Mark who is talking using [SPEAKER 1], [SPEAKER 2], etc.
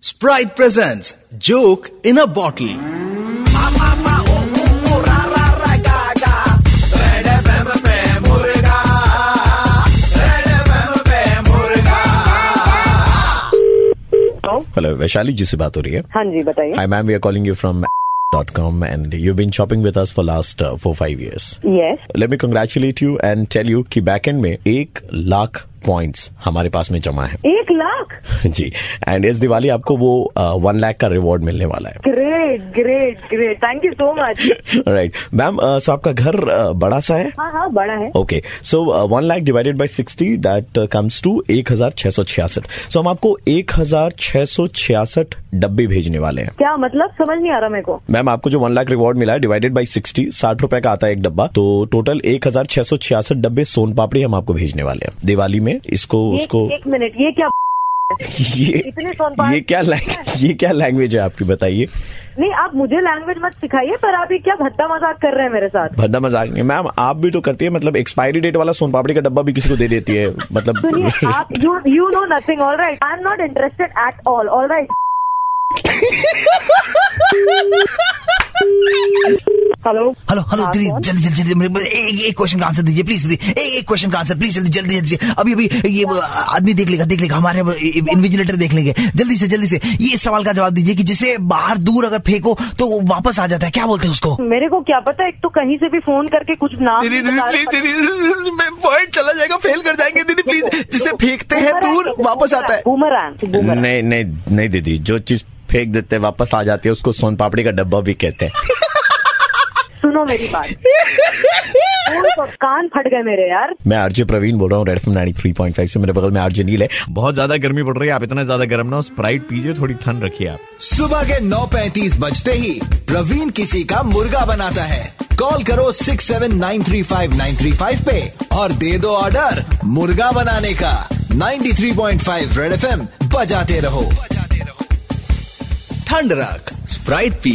[SPEAKER 1] Sprite presents Joke in a Bottle.
[SPEAKER 2] Hello Vaishali ji से बात हो रही है
[SPEAKER 3] हाँ जी बताइए
[SPEAKER 2] hi ma'am we are calling you from dot com and you been shopping with us for last four five years
[SPEAKER 3] yes
[SPEAKER 2] let me congratulate you and tell you कि back end में एक लाख पॉइंट्स हमारे पास में जमा है
[SPEAKER 3] एक लाख
[SPEAKER 2] जी and इस दिवाली आपको वो वन लाख का रिवॉर्ड मिलने वाला है
[SPEAKER 3] great great great thank you so much
[SPEAKER 2] right ma'am so आपका घर uh, बड़ा सा है uh,
[SPEAKER 3] हाँ हाँ बड़ा है
[SPEAKER 2] okay so one lakh divided by sixty that comes to uh, एक हजार छह सौ छियासठ सो हम आपको एक हजार छह सौ छियासठ डब्बे भेजने वाले हैं
[SPEAKER 3] क्या मतलब समझ नहीं आ रहा मेरे को
[SPEAKER 2] मैम आपको जो वन लाख रिवॉर्ड मिला है डिवाइडेड बाई सिक्सटी साठ रुपए का आता है एक डब्बा तो टोटल एक हजार छह सौ छियासठ डब्बे सोन पापड़ी हम आपको भेजने वाले हैं दिवाली में इसको
[SPEAKER 3] ये-
[SPEAKER 2] उसको
[SPEAKER 3] एक मिनट ये क्या
[SPEAKER 2] ये
[SPEAKER 3] इतने सोन पापड़ी?
[SPEAKER 2] ये क्या लैंग- ये क्या लैंग्वेज है आपकी बताइए
[SPEAKER 3] नहीं आप मुझे लैंग्वेज मत सिखाइए पर आप ये क्या भद्दा मजाक कर रहे हैं मेरे साथ
[SPEAKER 2] भद्दा मजाक नहीं मैम आप भी तो करती है मतलब एक्सपायरी डेट वाला सोन पापड़ी का डब्बा भी किसी को दे देती है
[SPEAKER 3] सुनिए
[SPEAKER 2] मतलब
[SPEAKER 3] आप you you know nothing all right I am not interested at all all right hello
[SPEAKER 4] hello hello
[SPEAKER 3] हाँ,
[SPEAKER 4] जल्दी
[SPEAKER 3] कौन?
[SPEAKER 4] जल्दी जल्दी जल्दी मेरे- मेरे- एक एक क्वेश्चन का आंसर दीजिए प्लीज जल्दी एक एक क्वेश्चन का आंसर प्लीज जल्दी जल्दी जल्दी से। अभी अभी ये वो आदमी देख लेगा देख लेगा हमारे इन्विजिलेटर देख लेंगे जल्दी से जल्दी से ये सवाल का जवाब दीजिए कि जिसे बाहर दूर अगर फेंको तो वो वापस आ जाता है क्या बोलते हैं उसको
[SPEAKER 3] मेरे को क्या पता एक तो कहीं से भी फोन करके कुछ नाम
[SPEAKER 4] दीदी,
[SPEAKER 3] नहीं बता रहे,
[SPEAKER 4] प्लीज,
[SPEAKER 3] पता
[SPEAKER 4] दीदी,
[SPEAKER 2] पॉइंट चला जाएगा फेल कर जाएंगे दीदी प्लीज जिसे
[SPEAKER 4] तो-
[SPEAKER 2] फेंकते
[SPEAKER 3] बूमरैंग बूमरैंग
[SPEAKER 2] नहीं नहीं नहीं दीदी जो चीज फेंक देते हैं वापस आ जाती है उसको सोन पापड़ी का डब्बा भी कहते हैं
[SPEAKER 3] सुनो मेरी बात और तो कान फट गए मेरे यार
[SPEAKER 2] मैं आरजे प्रवीण बोल रहा हूँ red F nine three point five से मेरे बगल में आरजे नील है
[SPEAKER 5] बहुत ज्यादा गर्मी पड़ रही है आप इतना ज्यादा गर्म ना हो, स्प्राइट पीजिए थोड़ी ठंड रखिए आप
[SPEAKER 6] सुबह के 9:35 बजते ही प्रवीण किसी का मुर्गा बनाता है कॉल करो 6793593 पे और दे दो ऑर्डर मुर्गा बनाने का 93.5 रेड एफएम बजाते रहो ठंड रख स्प्राइट पी